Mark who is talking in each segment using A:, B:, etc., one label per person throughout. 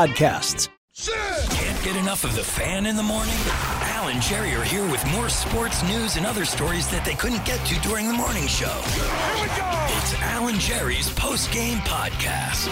A: podcasts.
B: Can't get enough of the fan in the morning? Al and Jerry are here with more sports news and other stories that they couldn't get to during the morning show. Here we go! It's Al and Jerry's post game podcast.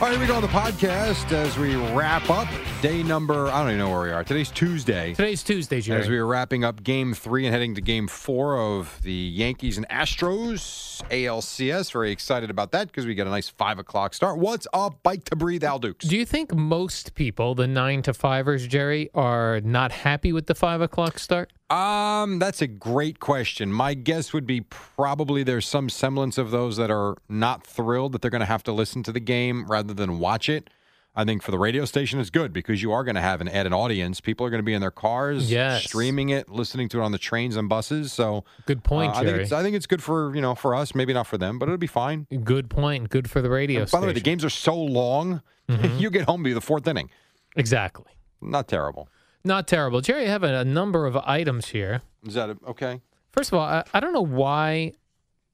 C: All right, here we go on the podcast as we wrap up day number. I don't even know where we are. Today's Tuesday.
D: Today's Tuesday, Jerry.
C: As we are wrapping up game three and heading to game four of the Yankees and Astros ALCS. Very excited about that because we get a nice five o'clock start. What's up, Bike to Breathe, Al Dukes?
D: Do you think most people, the nine to fivers, Jerry, are not happy with the five o'clock start?
C: Um, that's a great question. My guess would be probably there's some semblance of those that are not thrilled that they're going to have to listen to the game rather than watch it. I think for the radio station it's good because you are going to have an add an audience. People are going to be in their cars,
D: Yes.
C: streaming it, listening to it on the trains and buses. So
D: Good point,
C: uh, I think
D: Jerry.
C: it's I think it's good for you know for us, maybe not for them, but it'll be fine.
D: Good point. Good for the radio.
C: By the way, the
D: station. Mm-hmm.
C: games are so long. you get home be the fourth inning.
D: Exactly.
C: Not terrible.
D: Not terrible, Jerry. I have a, a number of items here.
C: Is that a, okay?
D: First of all, I, I don't know why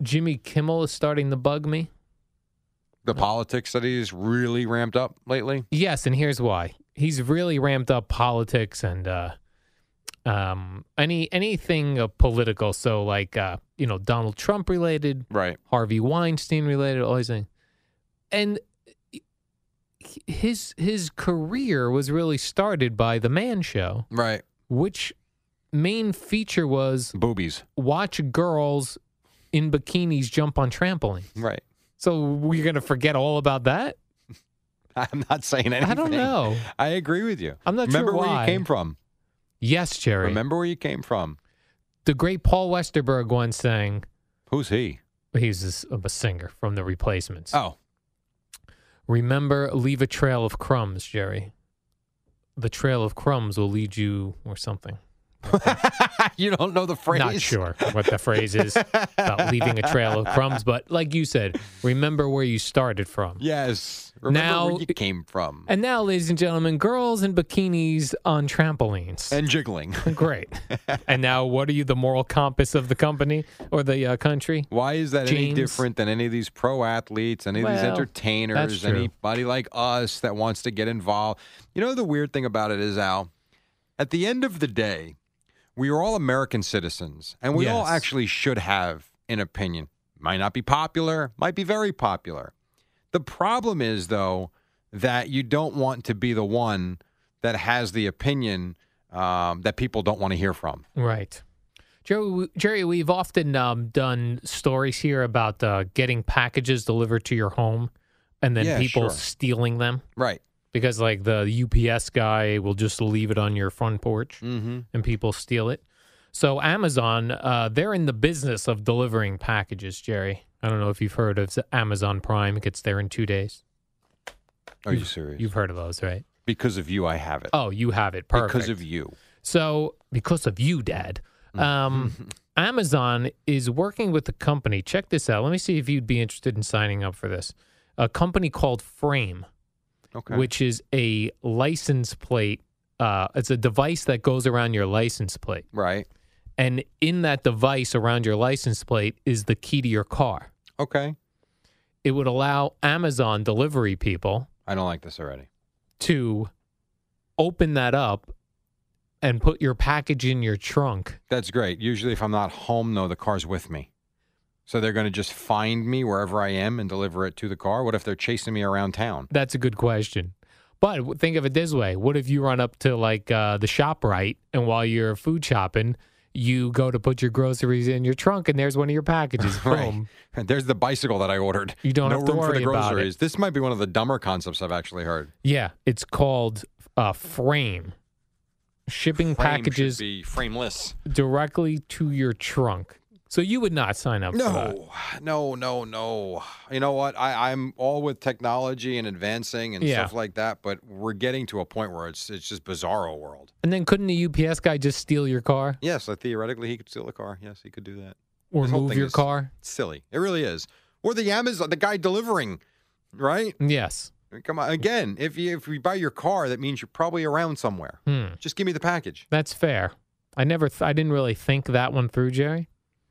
D: Jimmy Kimmel is starting to bug me.
C: The politics that he's really ramped up lately.
D: Yes, and here's why. He's really ramped up politics and uh, um, any anything uh, political. So like uh, you know Donald Trump related,
C: Right.
D: Harvey Weinstein related, all these things. And h- his his career was really started by The Man Show,
C: Right.
D: which main feature was
C: Boobies.
D: watch girls in bikinis jump on trampoline.
C: Right.
D: So we're gonna forget all about that?
C: I'm not saying anything.
D: I don't know.
C: I agree with you.
D: I'm not sure
C: Remember where
D: why.
C: you came from.
D: Yes, Jerry.
C: Remember where you came from.
D: The great Paul Westerberg once sang.
C: Who's he?
D: He's a s- a singer from The Replacements.
C: Oh,
D: Remember, leave a trail of crumbs, Jerry. The trail of crumbs will lead you or something.
C: you don't know the phrase.
D: Not sure what the phrase is about leaving a trail of crumbs, but like you said, remember where you started from.
C: Yes. Remember
D: Now-
C: where you came from.
D: And now, ladies and gentlemen, girls in bikinis on trampolines.
C: And jiggling.
D: Great. and now, what are you, the moral compass of the company or the uh, country?
C: Why is that any
D: James.
C: different than any of these pro athletes, any of these
D: Well, that's
C: entertainers,
D: true.
C: anybody like us that wants to get involved? You know, the weird thing about it is, Al, at the end of the day, we are all American citizens, and we all
D: Yes.
C: actually should have an opinion. Might not be popular, might be very popular. The problem is, though, that you don't want to be the one that has the opinion um, that people don't want to hear from.
D: Right. Jerry, we- Jerry we've often um, done stories here about uh, getting packages delivered to your home and then
C: Yeah,
D: people
C: sure.
D: stealing them
C: Right.
D: because, like, the UPS guy will just leave it on your front porch
C: Mm-hmm.
D: and people steal it. So, Amazon, uh, they're in the business of delivering packages, Jerry. I don't know if you've heard of Amazon Prime. It gets there in two days.
C: Are you serious?
D: You've heard of those, right?
C: because of you, I have it.
D: Oh, you have it. Perfect.
C: Because of you. Mm.
D: So, because of you, Dad, um, Amazon is working with a company. Check this out. Let me see if you'd be interested in signing up for this. A company called Frame,
C: Okay.
D: which is a license plate. Uh, it's a device that goes around your license plate.
C: right.
D: And in that device around your license plate is the key to your car.
C: Okay.
D: It would allow Amazon delivery people
C: I don't like this already.
D: to open that up and put your package in your trunk
C: That's great. Usually, if I'm not home, though, the car's with me. So they're going to just find me wherever I am and deliver it to the car. What if they're chasing me around town?
D: That's a good question. But w- think of it this way: What if you run up to like uh, the shop right, and while you're food shopping, you go to put your groceries in your trunk, and there's one of your packages. Boom!
C: Right. There's the bicycle that I ordered.
D: You don't
C: no
D: have to
C: room for
D: worry
C: the
D: about it.
C: groceries. This might be one of the dumber concepts I've actually heard.
D: Yeah, it's called uh, frame. Shipping
C: Frame should
D: packages
C: be frameless.
D: directly to your trunk. So you would not sign up for that.
C: No, no, no, no. You know what? I, I'm all with technology and advancing and
D: Yeah.
C: stuff like that, but we're getting to a point where it's it's just bizarro world.
D: And then couldn't the UPS guy just steal your car
C: Yes, so theoretically he could steal a car. Yes, he could do that.
D: or
C: This whole
D: move
C: thing
D: your
C: is
D: car?
C: Silly. It really is. Or the Amazon, the guy delivering, right?
D: Yes.
C: I mean, Come on. Again, if you if we buy your car, that means you're probably around somewhere.
D: Hmm.
C: Just give me the package.
D: That's fair. I never, th- I didn't really think that one through, Jerry.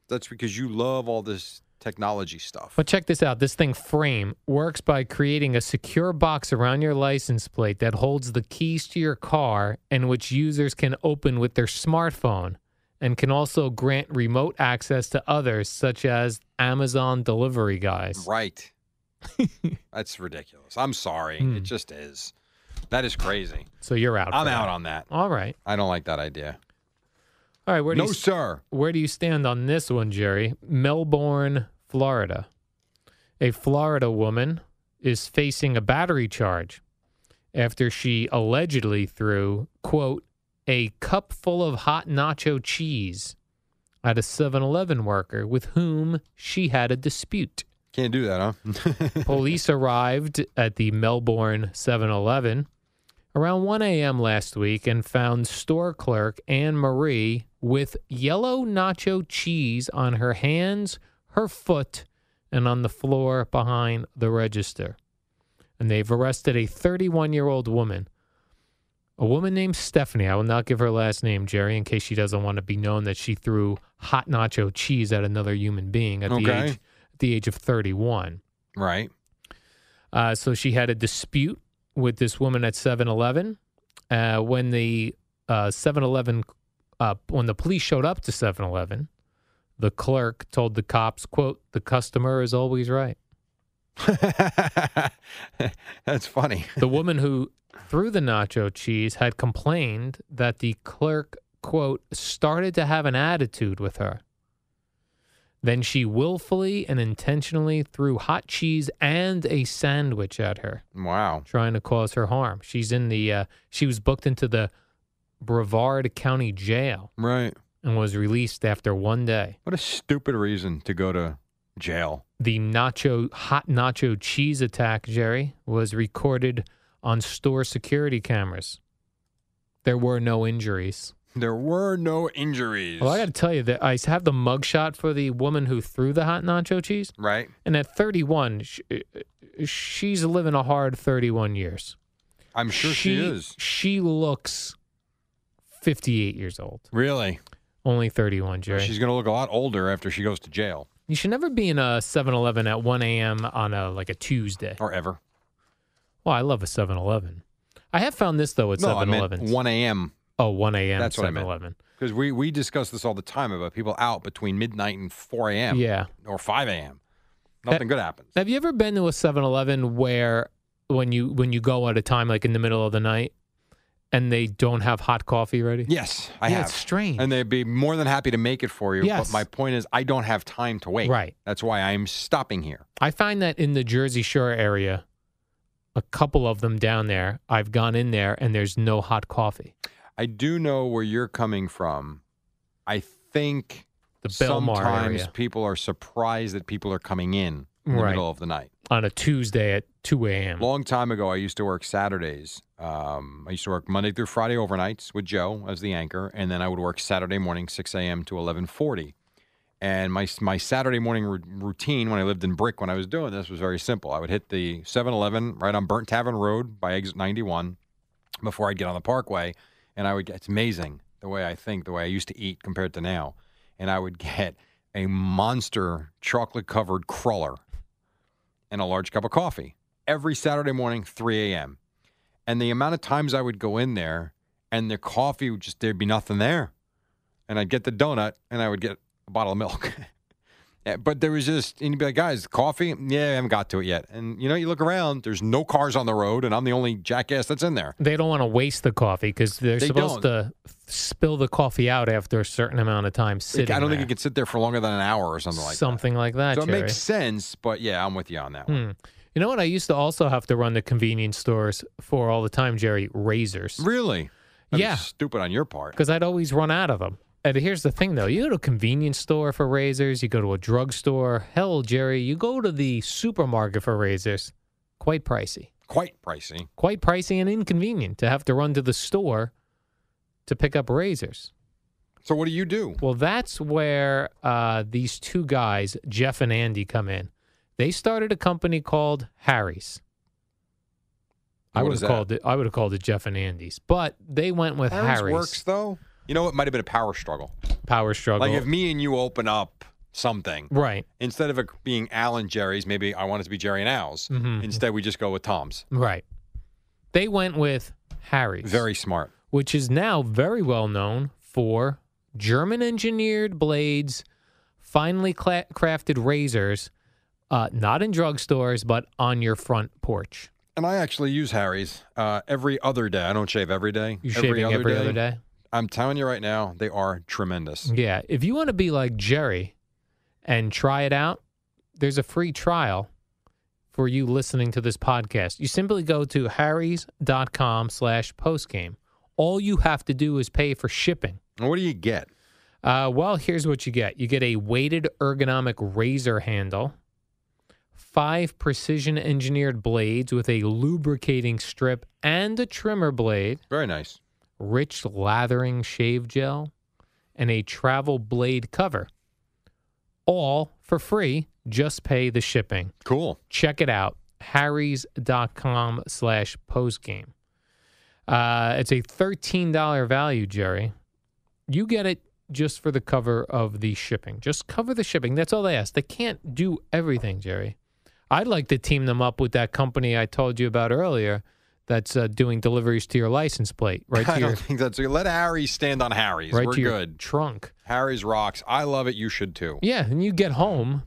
C: That's because you love all this technology stuff.
D: But check this out. This thing, Frame, works by creating a secure box around your license plate that holds the keys to your car and which users can open with their smartphone and can also grant remote access to others, such as Amazon delivery guys.
C: Right. That's ridiculous. I'm sorry. It
D: Hmm.
C: just is. That is crazy.
D: So you're out.
C: I'm
D: for
C: out
D: that.
C: on that.
D: All right.
C: I don't like that idea.
D: All right. Where do
C: no,
D: you
C: sir.
D: Where do you stand on this one, Jerry? Melbourne, Florida. A Florida woman is facing a battery charge after she allegedly threw, quote, a cup full of hot nacho cheese at a 7 Eleven worker with whom she had a dispute.
C: Can't do that, huh?
D: Police arrived at the Melbourne 7 Eleven around 1 a.m. last week and found store clerk Anne Marie with yellow nacho cheese on her hands, her foot, and on the floor behind the register. And they've arrested a 31 year old woman. A woman named Stephanie. I will not give her last name, Jerry, in case she doesn't want to be known that she threw hot nacho cheese at another human being at the
C: Okay.
D: age at the age of 31.
C: right.
D: Uh, so she had a dispute with this woman at 7 Eleven. Uh, when the 7 Eleven, uh, when the police showed up to 7 Eleven, the clerk told the cops, quote, the customer is always right.
C: That's funny.
D: The woman who threw the nacho cheese had complained that the clerk, quote, started to have an attitude with her. Then she willfully and intentionally threw hot cheese and a sandwich at her.
C: Wow.
D: trying to cause her harm. She's in the uh, she was booked into the Brevard County Jail
C: Right.
D: and was released after one day.
C: What a stupid reason to go to jail.
D: The nacho hot nacho cheese attack, Jerry, was recorded on store security cameras. There were no injuries.
C: There were no injuries.
D: Well, I got to tell you that I have the mugshot for the woman who threw the hot nacho cheese,
C: right.
D: and at 31, sh- uh, she's living a hard 31 years.
C: I'm sure she, is.
D: She looks 58 years old,
C: Really?
D: only 31, Jerry.
C: She's going to look a lot older after she goes to jail
D: you should never be in a 7-Eleven at 1 a.m. on a like a Tuesday.
C: or ever.
D: Well, I love a 7-Eleven. I have found this though at
C: no, I
D: 7
C: meant
D: Eleven.
C: 1 a.m.
D: Oh, 1 a.m.
C: That's what I meant.
D: 7-Eleven.
C: Because we, we discuss this all the time about people out between midnight and 4 a.m.
D: Yeah.
C: Or 5 a.m. Nothing good happens.
D: Have you ever been to a 7-Eleven where when you when you go at a time like in the middle of the night and they don't have hot coffee ready?
C: Yes, I
D: Yeah,
C: have.
D: it's strange.
C: And they'd be more than happy to make it for you.
D: Yes.
C: But my point is, I don't have time to wait.
D: Right.
C: That's why I'm stopping here.
D: I find that in the Jersey Shore area, a couple of them down there, I've gone in there and there's no hot coffee.
C: I do know where you're coming from. I think
D: The Belmar
C: sometimes
D: area.
C: people are surprised that people are coming in in the
D: Right.
C: middle of the night.
D: on a Tuesday at 2 a.m.
C: Long time ago, I used to work Saturdays. Um, I used to work Monday through Friday overnights with Joe as the anchor, and then I would work Saturday morning, 6 a.m. to 11:40. And my my Saturday morning ru- routine when I lived in Brick when I was doing this was very simple. I would hit the 7-Eleven right on Burnt Tavern Road by exit 91 before I'd get on the Parkway, and I would get it's amazing the way I think, the way I used to eat compared to now, and I would get a monster chocolate covered cruller and a large cup of coffee every Saturday morning, 3 a.m. And the amount of times I would go in there and the coffee would just, there'd be nothing there. And I'd get the donut and I would get a bottle of milk. Eh, But there was just, and you'd be like, guys, coffee? Yeah, I haven't got to it yet. And you know, you look around, there's no cars on the road, and I'm the only jackass that's in there.
D: They don't want to waste the coffee because they're
C: They
D: supposed
C: don't.
D: to spill the coffee out after a certain amount of time
C: Like,
D: sitting.
C: I don't think
D: there.
C: you can sit there for longer than an hour or something like
D: something like
C: that. So
D: that.
C: it
D: Jerry.
C: makes sense, but yeah, I'm with you on that one.
D: Hmm. You know what? I used to also have to run the convenience stores for all the time, Jerry. Razors.
C: Really? That was
D: Yeah.
C: Stupid on your part.
D: because I'd always run out of them. And here's the thing, though: you go to a convenience store for razors, you go to a drugstore. Hell, Jerry, you go to the supermarket for razors. Quite pricey,
C: Quite pricey.
D: quite pricey, and inconvenient to have to run to the store to pick up razors.
C: So what do you do?
D: Well, that's where uh, these two guys, Jeff and Andy, come in. They started a company called Harry's. I
C: What
D: would
C: is
D: have
C: that?
D: called it. I would have called it Jeff and Andy's, but they went with
C: Harry's
D: Harry's,
C: works though. You know, it might have been a power struggle.
D: power struggle.
C: Like if me and you open up something
D: right,
C: instead of it being Al and Jerry's, maybe I want it to be Jerry and Al's.
D: Mhm.
C: Instead, we just go with Tom's.
D: right. They went with Harry's,
C: Very smart.
D: which is now very well known for German engineered blades, finely cla- crafted razors, uh, not in drugstores, but on your front porch.
C: And I actually use Harry's uh, every other day. I don't shave every day.
D: You're shaving every other day. Mm.
C: I'm telling you right now, they are tremendous.
D: Yeah. If you want to be like Jerry and try it out, there's a free trial for you listening to this podcast. You simply go to harrys.com slash postgame. All you have to do is pay for shipping.
C: And what do you get?
D: Uh, well, here's what you get you get a weighted ergonomic razor handle, five precision engineered blades with a lubricating strip and a trimmer blade,
C: Very nice.
D: rich lathering shave gel, and a travel blade cover. All for free. Just pay the shipping.
C: Cool.
D: Check it out. Harry's.com slash postgame. Uh, it's a $13 value, Jerry. You get it just for the cover of the shipping. Just cover the shipping. That's all they ask. They can't do everything, Jerry. I'd like to team them up with that company I told you about earlier that's uh, doing deliveries to your license plate, right
C: I
D: to your
C: don't think that's let Harry stand on Harry's.
D: right
C: We're
D: to your
C: good.
D: trunk.
C: Harry's rocks. I love it. You should too.
D: Yeah, and you get home,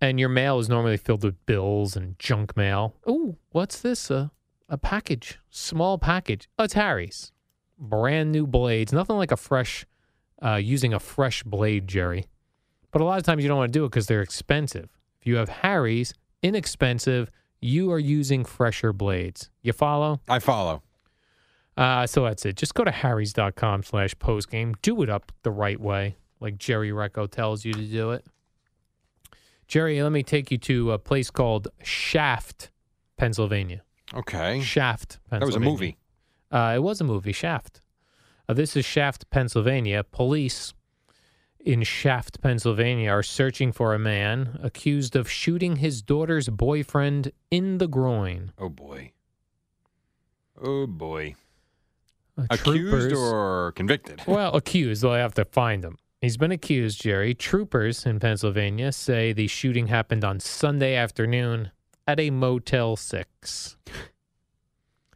D: and your mail is normally filled with bills and junk mail. Ooh, what's this? A a package, small package. Oh, it's Harry's, brand new blades. Nothing like a fresh, uh, using a fresh blade, Jerry. But a lot of times you don't want to do it because they're expensive. If you have Harry's, inexpensive, you are using fresher blades. You follow?
C: I follow.
D: Uh, so that's it. Just go to harrys.com slash postgame. Do it up the right way, like Jerry Recco tells you to do it. Jerry, let me take you to a place called Shaft, Pennsylvania.
C: Okay.
D: Shaft, Pennsylvania.
C: That was a movie.
D: Uh, it was a movie, Shaft. Uh, this is Shaft, Pennsylvania. Police in Shaft, Pennsylvania are searching for a man accused of shooting his daughter's boyfriend in the groin.
C: Oh boy. Oh boy.
D: Uh,
C: Accused
D: troopers-
C: or convicted?
D: Well, accused. They'll have to find him. He's been accused, Jerry. Troopers in Pennsylvania say the shooting happened on Sunday afternoon at a Motel 6.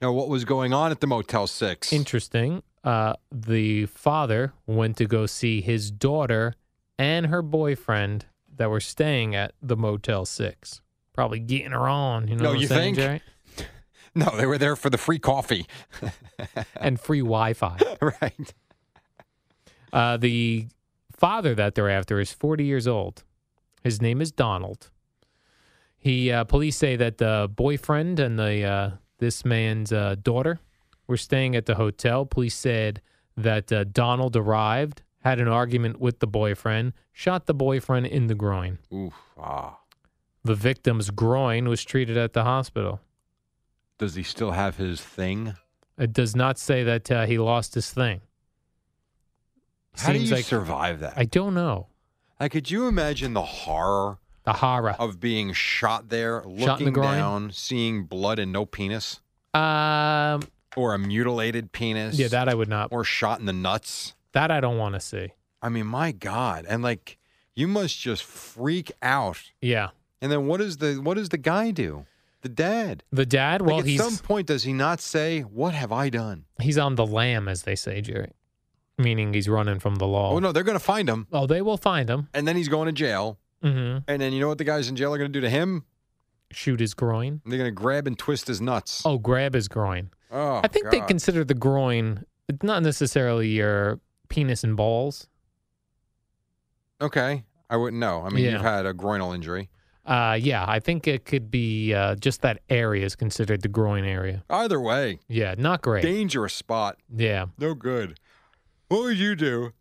C: Now, what was going on at the Motel Six?
D: Interesting. Uh, the father went to go see his daughter and her boyfriend that were staying at the Motel 6. Probably getting her on, you know
C: No,
D: what I'm
C: you
D: saying,
C: think?
D: Jerry?
C: no, they were there for the free coffee,
D: And free Wi Fi.
C: right?
D: Uh, the father that they're after is 40 years old. His name is Donald. He uh, police say that the boyfriend and the uh, this man's uh, daughter were staying at the hotel. Police said that uh, Donald arrived, had an argument with the boyfriend, shot the boyfriend in the groin.
C: Oof. Ah.
D: The victim's groin was treated at the hospital.
C: Does he still have his thing?
D: It does not say that uh, he lost his thing.
C: How do
D: Seems
C: you
D: like-
C: survive that?
D: I don't know.
C: like, could you imagine the horror
D: The horror.
C: of being shot there, looking
D: Shot in the groin?
C: down, seeing blood and no penis,
D: Um,
C: or a mutilated penis?
D: yeah, that I would not
C: Or shot in the nuts.
D: That I don't want to see.
C: I mean, my God! And like, you must just freak out.
D: Yeah.
C: And then what is the what does the guy do? The dad.
D: The dad, well,
C: like at
D: he's
C: some point, does he not say, "What have I done"?
D: he's on the lam, as they say, Jerry, meaning he's running from the law.
C: Oh, no, they're going to find him,
D: Oh, they will find him.
C: and then he's going to jail,
D: Mm-hmm.
C: And then you know what the guys in jail are going to do to him?
D: Shoot his groin.
C: They're going to grab and twist his nuts.
D: Oh, grab his groin.
C: Oh,
D: I think they
C: God.
D: consider the groin not necessarily your penis and balls.
C: Okay, I wouldn't know. I mean,
D: Yeah.
C: you've had a groinal injury.
D: Uh, yeah, I think it could be uh, just that area is considered the groin area.
C: Either way,
D: Yeah, not great.
C: dangerous spot.
D: yeah,
C: No good. What would you do?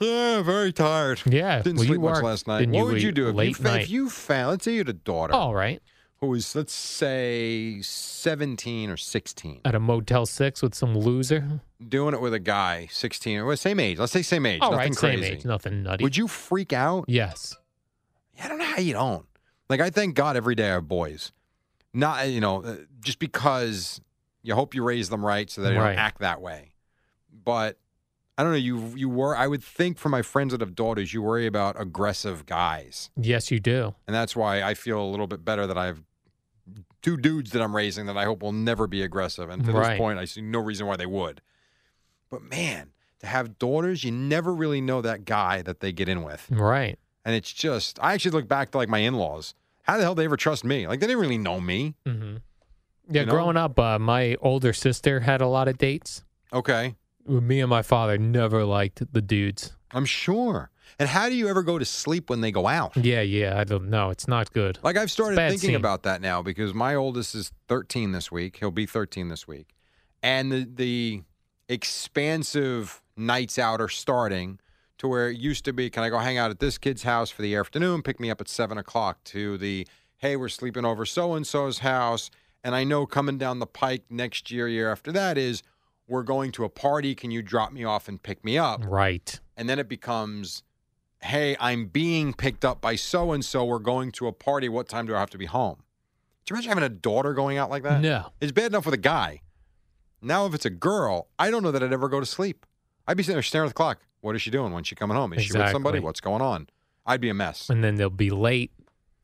C: Yeah, very tired.
D: yeah.
C: Didn't
D: well, you
C: sleep much
D: worked,
C: last night.
D: didn't
C: What would
D: eat
C: you do if you,
D: late
C: fa-
D: night? Oh,
C: if you found? Let's say you had a daughter
D: All right,
C: who is, let's say, seventeen or sixteen,
D: at a Motel Six with some loser.
C: doing it with a guy sixteen or well, same age. Let's say same age.
D: All
C: nothing
D: right, same
C: crazy.
D: age, nothing nutty.
C: Would you freak out?
D: Yes.
C: I don't know how you don't. Like I thank God every day I have boys. Not you know uh, just because you hope you raise them right so they
D: Right.
C: don't act that way. But I don't know. You you were I would think for my friends that have daughters, you worry about aggressive guys,
D: Yes, you do.
C: and that's why I feel a little bit better that I have two dudes that I'm raising that I hope will never be aggressive. And to
D: Right.
C: this point, I see no reason why they would. But man, to have daughters, you never really know that guy that they get in with.
D: Right.
C: And it's just, I actually look back to like my in laws. How the hell did they ever trust me? Like they didn't really know me.
D: hmm Yeah,
C: You know?
D: growing up, uh, my older sister had a lot of dates.
C: Okay.
D: Me and my father never liked the dudes.
C: I'm sure. And how do you ever go to sleep when they go out?
D: Yeah, yeah. I don't know. It's not good.
C: Like I've started
D: bad
C: thinking
D: scene.
C: about that now because my oldest is 13 this week. He'll be 13 this week. And the, the expansive nights out are starting to where it used to be can I go hang out at this kid's house for the afternoon, pick me up at seven o'clock to the hey, we're sleeping over so and so's house. And I know coming down the pike next year, year after that is we're going to a party. Can you drop me off and pick me up?
D: Right.
C: and then it becomes hey i'm being picked up by so and so we're going to a party what time do i have to be home do you imagine having a daughter going out like that
D: No.
C: it's bad enough with a guy now if it's a girl i don't know that i'd ever go to sleep i'd be sitting there staring at the clock what is she doing when's she coming home is she with somebody
D: Exactly.
C: what's going on i'd be a mess
D: And then they'll be late.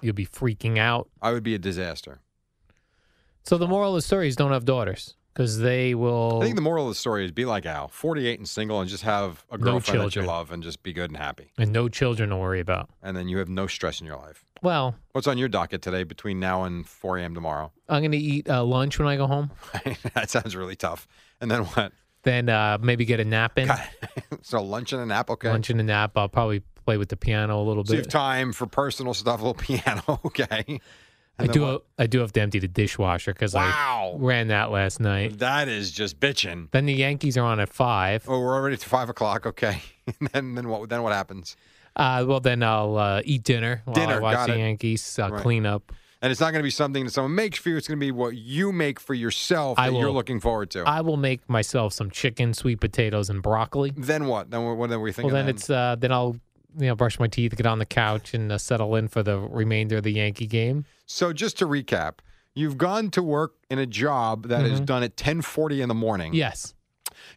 D: You'll be freaking out.
C: i would be a disaster
D: So the moral of the story is don't have daughters because they will.
C: i think the moral of the story is be like al 48 and single and just have a
D: No
C: girlfriend that you
D: children.
C: love and just be good and happy
D: and no children to worry about.
C: and then you have no stress in your life
D: Well,
C: what's on your docket today between now and 4 a.m tomorrow
D: I'm going to eat uh, lunch when I go home.
C: that sounds really tough. And then what?
D: Then uh, maybe get a nap in.
C: God. so lunch and a nap. Okay.
D: Lunch and a nap. I'll probably play with the piano a little
C: so you have
D: bit.
C: time for personal stuff, a little piano. Okay.
D: I
C: And then
D: do.
C: what?
D: I do have to empty the dishwasher because I
C: Wow.
D: ran that last night.
C: That is just bitching.
D: Then the Yankees are on at five.
C: Oh, we're already to five o'clock. Okay. and then then what? Then what happens?
D: Uh, well, then I'll uh, eat dinner while I
C: Dinner,
D: watch
C: got
D: the
C: it.
D: Yankees. I'll
C: Right.
D: clean up.
C: And it's not going to be something that someone makes for you. It's going to be what you make for yourself
D: I
C: that you're
D: will-
C: looking forward to.
D: I will make myself some chicken, sweet potatoes, and broccoli.
C: then what? Then what? Then we
D: Well,
C: thinking.
D: then it's uh, then I'll you know brush my teeth, get on the couch, and uh, settle in for the remainder of the Yankee game.
C: so. Just to recap, you've gone to work in a job that
D: Mm-hmm.
C: is done at ten forty in the morning.
D: Yes,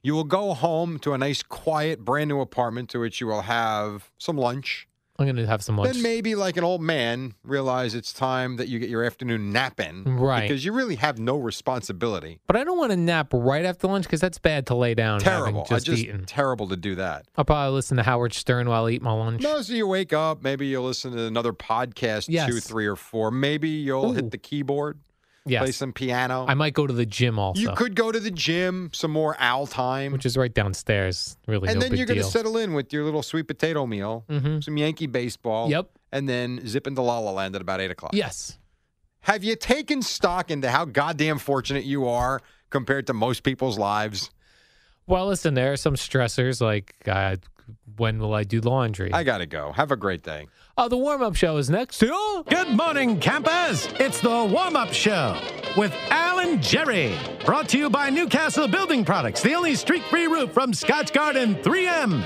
C: You will go home to a nice, quiet, brand new apartment to which you will have some lunch.
D: I'm gonna have some lunch.
C: Then maybe, like an old man, realize it's time that you get your afternoon nap in.
D: Right.
C: Because you really have no responsibility.
D: but I don't want to nap right after lunch because that's bad to lay down.
C: terrible.
D: Having just,
C: I just
D: eaten.
C: terrible to do that.
D: I'll probably listen to Howard Stern while I eat my lunch.
C: No, so you wake up. Maybe you'll listen to another podcast,
D: Yes.
C: two, three, or four. Maybe you'll
D: Ooh.
C: hit the keyboard, play
D: yes,
C: some piano.
D: I might go to the gym also,
C: you could go to the gym, some more owl time.
D: which is right downstairs. Really,
C: and
D: no
C: then
D: big
C: you're
D: deal.
C: to settle in with your little sweet potato meal,
D: Mhm.
C: some Yankee baseball.
D: Yep.
C: And then zip into La La Land at about eight o'clock.
D: yes,
C: Have you taken stock into how goddamn fortunate you are compared to most people's lives?
D: Well, listen, there are some stressors like uh, when will I do laundry?
C: I gotta go. Have a great day.
D: oh, the warm up show is next.
E: Good morning, campers. It's the warm up show with Alan Jerry. Brought to you by Newcastle Building Products, the only streak free roof from Scotch Garden 3M.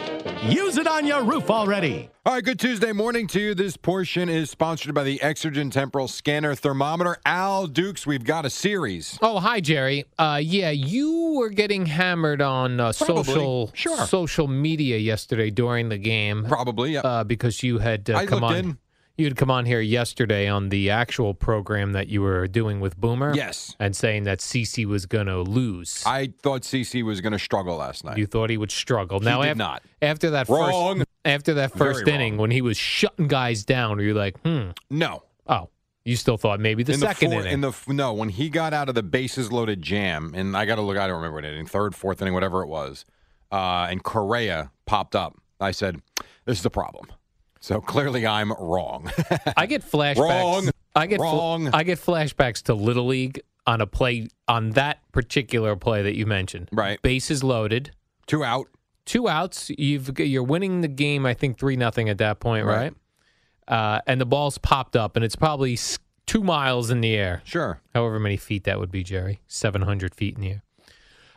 E: Use it on your roof already.
C: All right, good Tuesday morning to you. This portion is sponsored by the Exergen Temporal Scanner Thermometer. Al Dukes, we've got a series.
D: Oh, hi, Jerry. Uh, yeah, you were getting hammered on uh,
C: Probably.
D: social
C: Sure.
D: social media yesterday during the game
C: Probably. Yep.
D: uh, because you had uh,
C: I
D: come
C: looked
D: on.
C: in.
D: you'd come on here yesterday on the actual program that you were doing with Boomer.
C: Yes.
D: And saying that CC was going to lose.
C: I thought CC was going to struggle last night.
D: you thought he would struggle. now,
C: did
D: af-
C: not.
D: after that
C: Wrong.
D: first after that
C: Very
D: first inning
C: wrong.
D: when he was shutting guys down, were you like, hmm,
C: no.
D: oh, you still thought maybe the
C: in
D: second
C: the four-
D: inning?
C: In the f- no, when he got out of the bases loaded jam, and I got to look, I don't remember what inning, third, fourth inning, whatever it was, uh, and Correa popped up. I said, "This is a problem." So clearly, I'm wrong.
D: I get flashbacks.
C: Wrong.
D: I get fl-
C: Wrong.
D: I get flashbacks to Little League on a play on that particular play that you mentioned.
C: Right.
D: Bases loaded,
C: Two out.
D: two outs. You've you're winning the game. I think three nothing at that point, right?
C: Right.
D: Uh, and the ball's popped up, and it's probably s- two miles in the air.
C: Sure.
D: However many feet that would be, Jerry. Seven hundred feet in the air.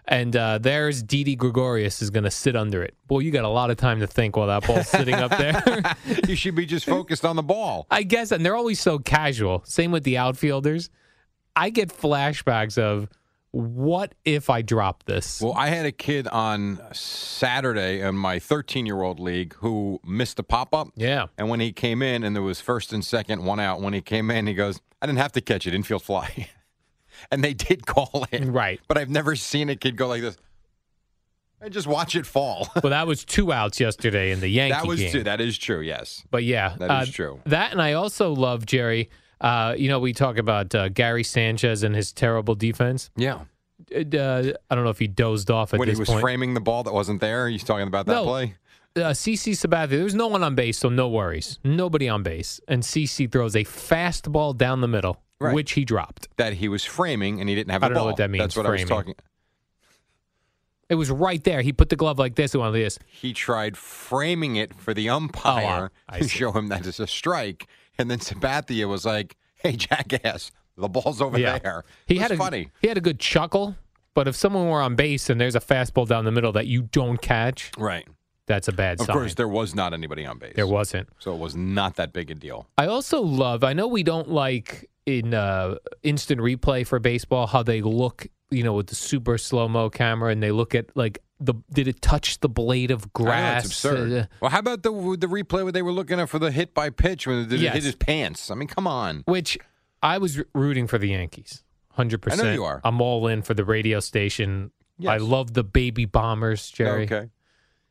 D: And uh, there's Didi Gregorius is going to sit under it. Boy, you got a lot of time to think while that ball's sitting up there.
C: you should be just focused on the ball.
D: I guess, and they're always so casual. Same with the outfielders. I get flashbacks of what if I drop this?
C: Well, I had a kid on Saturday in my 13 year old league who missed a pop up.
D: yeah.
C: And when he came in, and there was first and second, one out. When he came in, he goes, "I didn't have to catch it, infield fly," and they did call it.
D: Right.
C: But I've never seen a kid go like this. I just watch it fall.
D: Well, that was two outs yesterday in the Yankee
C: that was
D: game.
C: true. That is true. Yes.
D: But yeah,
C: That
D: uh,
C: is true.
D: That and I also love Jerry. Uh, you know, we talk about uh, Gary Sanchez and his terrible defense.
C: Yeah.
D: Uh, uh, I don't know if he dozed off at
C: when he
D: this
C: was
D: point.
C: framing the ball that wasn't there, he's talking about that
D: No.
C: play.
D: uh, CC Sabathia, there's no one on base, so no worries. Nobody on base, and CC throws a fastball down the middle,
C: Right.
D: which he dropped.
C: That he was framing and he didn't have
D: I
C: the
D: don't know
C: ball.
D: what that means,
C: That's what I was
D: framing.
C: talking.
D: It was right there. He put the glove like this, the one like this.
C: He tried framing it for the umpire
D: Oh, I
C: to
D: see.
C: show him that it's a strike, and then Sabathia was like, "Hey, jackass, the ball's over there."
D: He
C: It
D: had a
C: was funny.
D: he had a good chuckle, but if someone were on base and there's a fastball down the middle that you don't catch,
C: Right.
D: that's a bad
C: Of
D: sign.
C: course, there was not anybody on base.
D: there wasn't.
C: So it was not that big a deal.
D: I also love. I know we don't like in uh, instant replay for baseball how they look, you know, with the super slow mo camera and they look at like the did it touch the blade
C: I
D: of
C: know,
D: grass?
C: it's absurd.
D: Uh,
C: well, how about the the replay where they were looking at for the hit by pitch when it
D: Yes.
C: hit his pants? I mean, come on.
D: which I was rooting for the Yankees. Hundred
C: I
D: percent.
C: know you are.
D: I'm all in for the radio station. I
C: Yes.
D: love the baby bombers, Jerry.
C: Okay.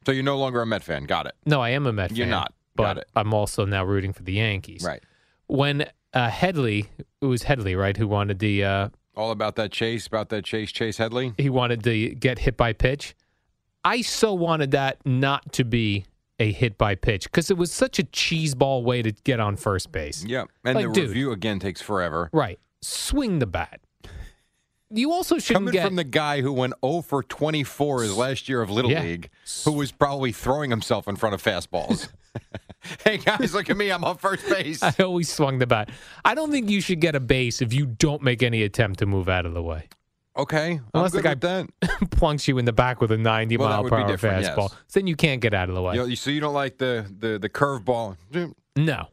C: So you're no longer a Met fan. Got it.
D: No, I am a Met fan.
C: You're not.
D: But
C: Got it.
D: I'm also now rooting for the Yankees.
C: Right.
D: When uh, Headley, it was Headley, right, who wanted the uh,
C: All about that chase, about that chase, Chase Headley.
D: he wanted to get hit by pitch. I so wanted that not to be a hit by pitch because it was such a cheeseball way to get on first base.
C: Yep. And
D: Like,
C: the
D: dude.
C: review again takes forever.
D: Right. Swing the bat. You also shouldn't
C: Coming
D: get
C: from the guy who went 0 for 24 his last year of Little
D: Yeah.
C: League, who was probably throwing himself in front of fastballs. hey, guys, look at me. I'm on first base.
D: I always swung the bat. I don't think you should get a base if you don't make any attempt to move out of the way.
C: Okay. I'm
D: Unless the
C: good
D: guy-
C: with that.
D: Plunks you in the back with a 90
C: Well, that
D: mile
C: would
D: per
C: be
D: hour
C: different,
D: fastball.
C: yes.
D: Then you can't get out of the way.
C: You know, so you don't like the, the, the curveball.
D: No.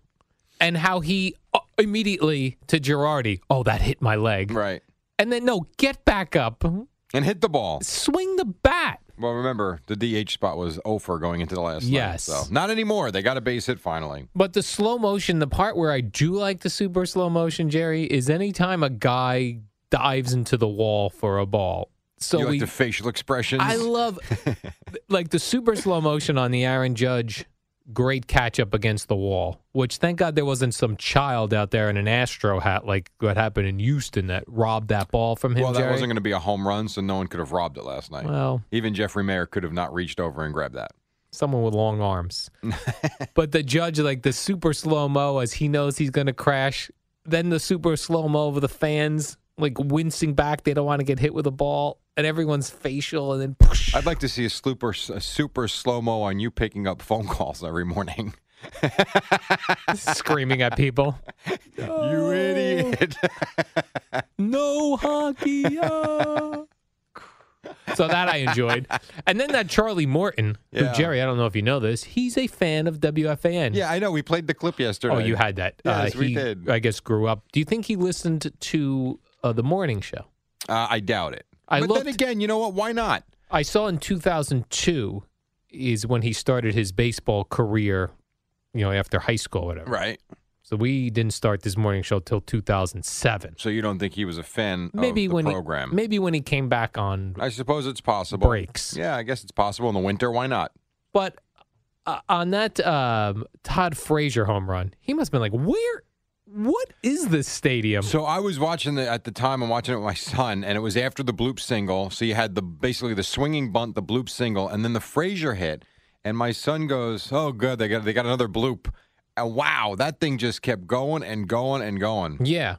D: And how he uh, immediately to Girardi, oh, that hit my leg.
C: Right.
D: And then, no, get back up,
C: And hit the ball.
D: swing the bat.
C: Well, remember, the DH spot was 0 for going into the last
D: Yes.
C: night. So not anymore. They got a base hit finally.
D: But the slow motion, the part where I do like the super slow motion, Jerry, is anytime a guy dives into the wall for a ball. So
C: you
D: we
C: like the facial expressions?
D: I love like the super slow motion on the Aaron Judge great catch up against the wall, which thank God there wasn't some child out there in an Astro hat like what happened in Houston that robbed that ball from him.
C: well, that
D: Jerry.
C: wasn't going to be a home run, so no one could have robbed it last night.
D: Well,
C: Even Jeffrey Mayer could have not reached over and grabbed that.
D: someone with long arms. but the judge, like the super slow mo, as he knows he's going to crash, then the super slow mo of the fans, like wincing back. They don't want to get hit with a ball, and everyone's facial, and then poosh.
C: I'd like to see a super, a super slow mo on you picking up phone calls every morning.
D: screaming at people. Oh,
C: You idiot!
D: No hockey. ah. so that I enjoyed. And then that Charlie Morton,
C: Yeah.
D: who, Jerry, I don't know if you know this, he's a fan of WFAN.
C: yeah, I know. We played the clip yesterday.
D: Oh, you had that.
C: Yes, we
D: he,
C: did.
D: I guess grew up. Do you think he listened to uh, the morning show?
C: Uh, I doubt it.
D: I
C: but
D: looked-
C: then again, you know what? Why not?
D: I saw in 2002 is when he started his baseball career, you know, after high school, whatever.
C: Right.
D: So we didn't start this morning show till 2007.
C: So you don't think he was a fan
D: Maybe
C: of the
D: when
C: program?
D: He, maybe when he came back on
C: I suppose it's possible.
D: breaks.
C: Yeah, I guess it's possible in the winter. Why not?
D: But uh, on that um, Todd Frazier home run, he must have been like, "Where? What is this stadium?"
C: So I was watching the, at the time. I'm watching it with my son, and it was after the bloop single. So you had the basically the swinging bunt, the bloop single, and then the Frazier hit. And my son goes, "Oh, good, they got they got another bloop." And wow, that thing just kept going and going and going.
D: yeah,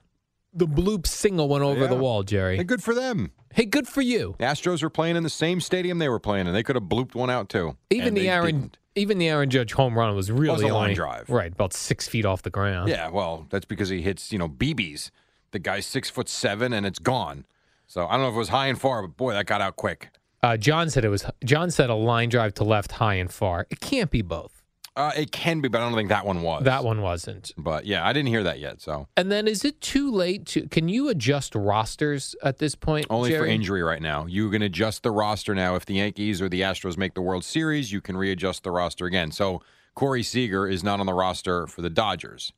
D: the bloop single went over the
C: Yeah.
D: wall, Jerry.
C: And good for them.
D: hey, good for you.
C: The Astros were playing in the same stadium they were playing, and they could have blooped one out too.
D: Even
C: And
D: the
C: they
D: Aaron,
C: didn't.
D: even the Aaron Judge home run was really
C: a line
D: only-
C: drive.
D: right? About six feet off the ground.
C: Yeah, well, that's because he hits, you know, BBs. The guy's six foot seven and it's gone. So I don't know if it was high and far, but boy, that got out quick.
D: Uh, John said it was. John said a line drive to left, high and far. It can't be both.
C: Uh, it can be, but I don't think that one was.
D: That one wasn't.
C: But yeah, I didn't hear that yet. So
D: And then, is it too late to? Can you adjust rosters at this point?
C: only for
D: Jerry?
C: injury right now. You can adjust the roster now. If the Yankees or the Astros make the World Series, you can readjust the roster again. So Corey Seager is not on the roster for the Dodgers.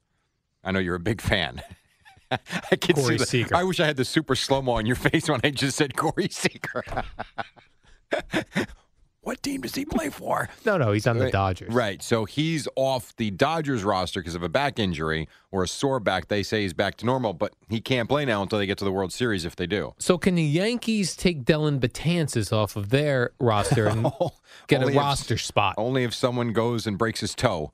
C: I know you're a big fan. I can
D: Corey
C: see the-
D: Seager.
C: I wish I had the super slow mo on your face when I just said Corey Seager. what team does he play for?
D: No, no, he's on the Dodgers.
C: Right. So he's off the Dodgers roster because of a back injury or a sore back. They say he's back to normal, but he can't play now until they get to the World Series if they do.
D: So can the Yankees take Dylan Betances off of their roster and get
C: Oh,
D: a
C: Only if-
D: roster spot? Oh.
C: Only if someone goes and breaks his toe.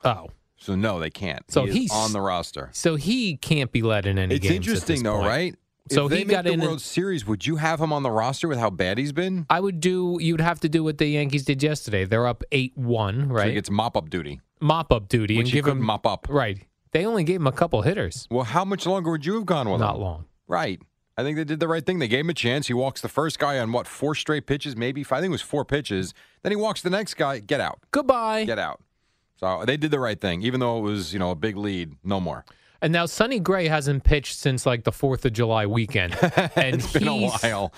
C: So no, they can't.
D: So
C: He is
D: he's-
C: on the roster.
D: So he can't be let in any
C: It's
D: games at
C: interesting
D: this
C: though,
D: point.
C: right?
D: So
C: if
D: he
C: they make
D: got
C: the
D: in and-
C: World Series, would you have him on the roster with how bad he's been?
D: I would do you'd have to do what the Yankees did yesterday. They're up 8-1,
C: So
D: right?
C: he gets mop up duty,
D: mop up duty
C: which
D: and
C: he
D: give
C: couldn't
D: him
C: mop up.
D: Right. They only gave him a couple hitters.
C: Well, how much longer would you have gone with him?
D: Not long.
C: Right. I think they did the right thing. They gave him a chance. He walks the first guy on what four straight pitches, maybe I think it was four pitches. Then he walks the next guy. Get out.
D: Goodbye.
C: Get out. So they did the right thing, even though it was you know a big lead. No more.
D: And now Sonny Gray hasn't pitched since like the 4th of July weekend. And
C: it's been a
D: he's
C: while.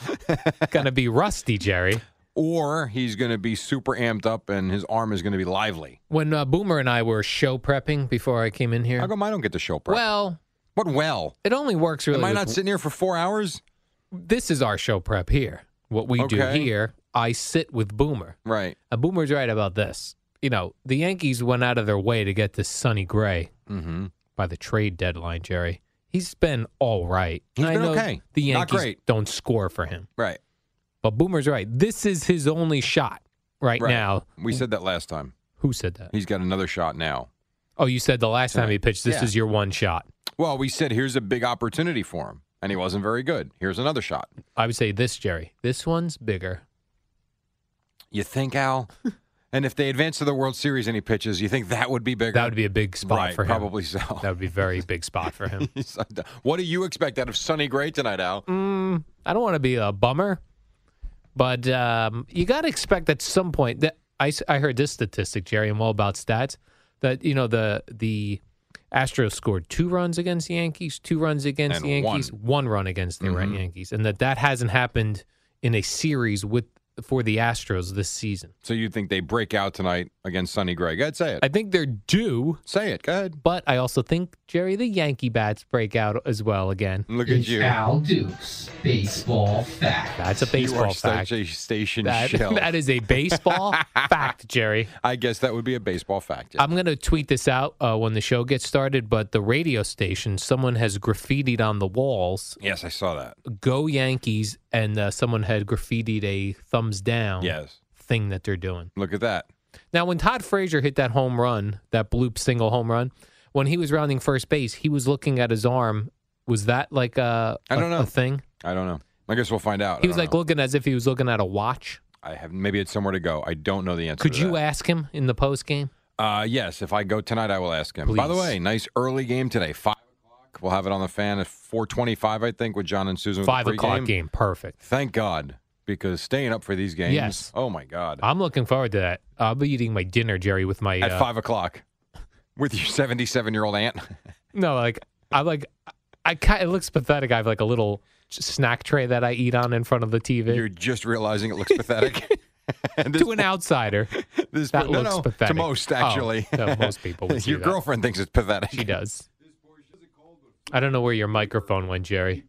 D: going to be rusty, Jerry.
C: Or he's going to be super amped up and his arm is going to be lively.
D: When uh, Boomer and I were show prepping before I came in here.
C: How come I don't get the show prep?
D: Well,
C: what well?
D: it only works really
C: Am I
D: with-
C: not sitting here for four hours?
D: this is our show prep here. What we
C: Okay.
D: do here, I sit with Boomer.
C: Right.
D: Uh, Boomer's right about this. You know, the Yankees went out of their way to get this Sonny Gray
C: Mm-hmm.
D: by the trade deadline, Jerry. He's been all right.
C: He's
D: And
C: been
D: I know
C: okay.
D: The
C: Not
D: Yankees
C: great.
D: don't score for him.
C: Right.
D: But Boomer's right. This is his only shot right,
C: Right.
D: now.
C: We said that last time.
D: Who said that?
C: He's got another shot now.
D: Oh, you said the last time
C: Right.
D: he pitched, this
C: Yeah.
D: is your one shot.
C: Well, we said here's a big opportunity for him, and he wasn't very good. Here's another shot.
D: I would say this, Jerry. This one's bigger.
C: You think, Al? and if they advance to the World Series and he pitches, you think that would be bigger?
D: That would be a big spot
C: right,
D: for him.
C: probably so.
D: That would be a very big spot for him.
C: what do you expect out of Sonny Gray tonight, Al?
D: mm, I don't want to be a bummer, but um, you got to expect at some point that I, s- I heard this statistic, Jerry. I'm all about stats. That you know the the Astros scored two runs against the Yankees, two runs against
C: And
D: the Yankees, one, run against the
C: Mhm.
D: Yankees, and that that hasn't happened in a series with for the Astros this season.
C: So you think they break out tonight against Sonny Gray? Go ahead, say it.
D: I think they're due,
C: say it. Go ahead.
D: but I also think Jerry the Yankee bats break out as well again.
C: Look at
F: It's
C: you.
F: Al Dukes, baseball fact.
D: That's a
C: you
D: baseball
C: are
D: fact.
C: such a station
D: That-
C: shell.
D: that is a baseball fact, Jerry.
C: I guess that would be a baseball fact. yeah.
D: I'm going to tweet this out uh, when the show gets started, but the radio station, someone has graffitied on the walls,
C: yes, I saw that.
D: go Yankees, and uh, someone had graffitied a thumbs down
C: Yes.
D: thing that they're doing.
C: Look at that.
D: Now, when Todd Frazier hit that home run, that bloop single home run, when he was rounding first base, he was looking at his arm. Was that like a,
C: I don't
D: a-
C: know.
D: a thing?
C: I don't know. I guess we'll find out.
D: He
C: I
D: was
C: don't
D: like
C: know.
D: looking as if he was looking at a watch.
C: I have maybe it's somewhere to go. I don't know the answer.
D: Could
C: to
D: you
C: that.
D: ask him in the post game?
C: Uh, yes, if I go tonight, I will ask him. By the
D: Please.
C: way, nice early game today, five o'clock. We'll have it on the fan at four twenty-five, I think, with John and Susan. with the
D: Five o'clock
C: pregame.
D: game. Perfect.
C: Thank God, because staying up for these games.
D: Yes. Uh,
C: Oh my God.
D: I'm looking forward to that. I'll be eating my dinner, Jerry, with my
C: At
D: uh,
C: five o'clock, with your seventy-seven-year-old aunt.
D: No, like I like I kind it looks pathetic. I have like a little snack tray that I eat on in front of the TV.
C: You're just realizing it looks pathetic. And this-
D: to an outsider,
C: this-
D: that
C: no,
D: looks
C: no,
D: pathetic.
C: To most,
D: Oh,
C: actually,
D: to most people would see
C: your
D: that.
C: girlfriend thinks it's pathetic.
D: she does. I don't know where your microphone went, Jerry.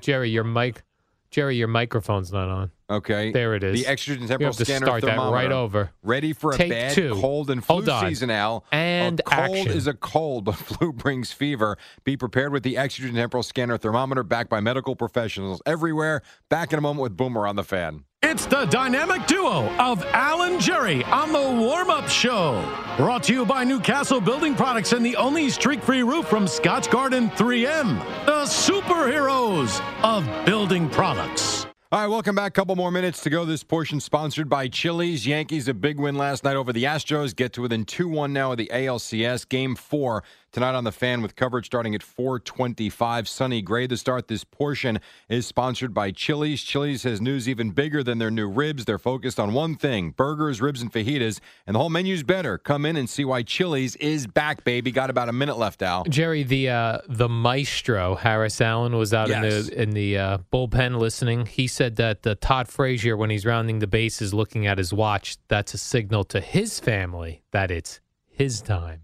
D: Jerry, your mic, Jerry, your microphone's not on.
C: Okay.
D: There it is.
C: The extratemporal
D: You have to
C: scanner
D: start that right
C: thermometer.
D: over.
C: Ready for a
D: Take
C: bad
D: two.
C: cold and flu
D: Hold on.
C: season, Al.
D: And
C: a cold
D: action.
C: is a cold, but flu brings fever. Be prepared with the extratemporal scanner thermometer, backed by medical professionals everywhere. Back in a moment with Boomer on the fan.
E: It's the dynamic duo of Alan Jerry on the warm up show. Brought to you by Newcastle Building Products and the only streak free roof from Scotch Garden 3M. The superheroes of building products.
C: All right, welcome back. Couple more minutes to go. This portion sponsored by Chili's. Yankees a big win last night over the Astros. Get to within two one now of the ALCS. Game four tonight on the fan with coverage starting at four twenty five. Sunny Gray to start. This portion is sponsored by Chili's. Chili's has news even bigger than their new ribs. They're focused on one thing: burgers, ribs, and fajitas. And the whole menu's better. Come in and see why Chili's is back, baby. Got about a minute left, Al.
D: Jerry, the uh, the maestro Harris Allen was out
C: Yes.
D: in the in the uh, bullpen listening. He said that the Todd Frazier, when he's rounding the bases, looking at his watch, that's a signal to his family that it's his time.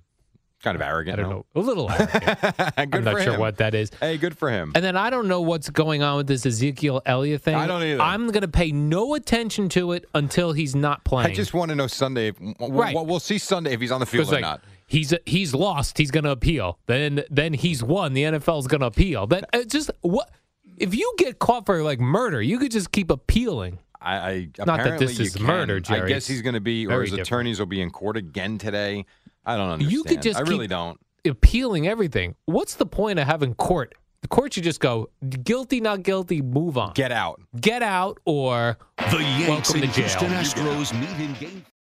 C: Kind of arrogant.
D: I don't know,
C: no?
D: a little. arrogant.
C: Good
D: I'm not
C: for
D: sure
C: him.
D: what that is.
C: Hey, good for him.
D: And then I don't know what's going on with this Ezekiel Elliott thing.
C: I don't either.
D: I'm going to pay no attention to it until he's not playing.
C: I just want to know Sunday. If, w- w-
D: Right.
C: We'll, see Sunday if he's on the field
D: Because
C: or
D: like,
C: not.
D: he's he's lost. He's going to appeal. Then then he's won. The NFL's going to appeal. Then it's just what if you get caught for like murder? You could just keep appealing.
C: I, I
D: that
C: apparently
D: this
C: you
D: is
C: can.
D: murder,
C: I
D: Jerry.
C: guess he's going to be, or
D: Very
C: his
D: different.
C: attorneys will be in court again today. I don't understand.
D: You could just
C: I really
D: keep-
C: don't.
D: Appealing everything. What's the point of having court? The court should just go guilty, not guilty, move on.
C: Get out.
D: Get out or
B: The Yanks
D: welcome to
B: and Houston
D: jail.
B: Astros meet in game.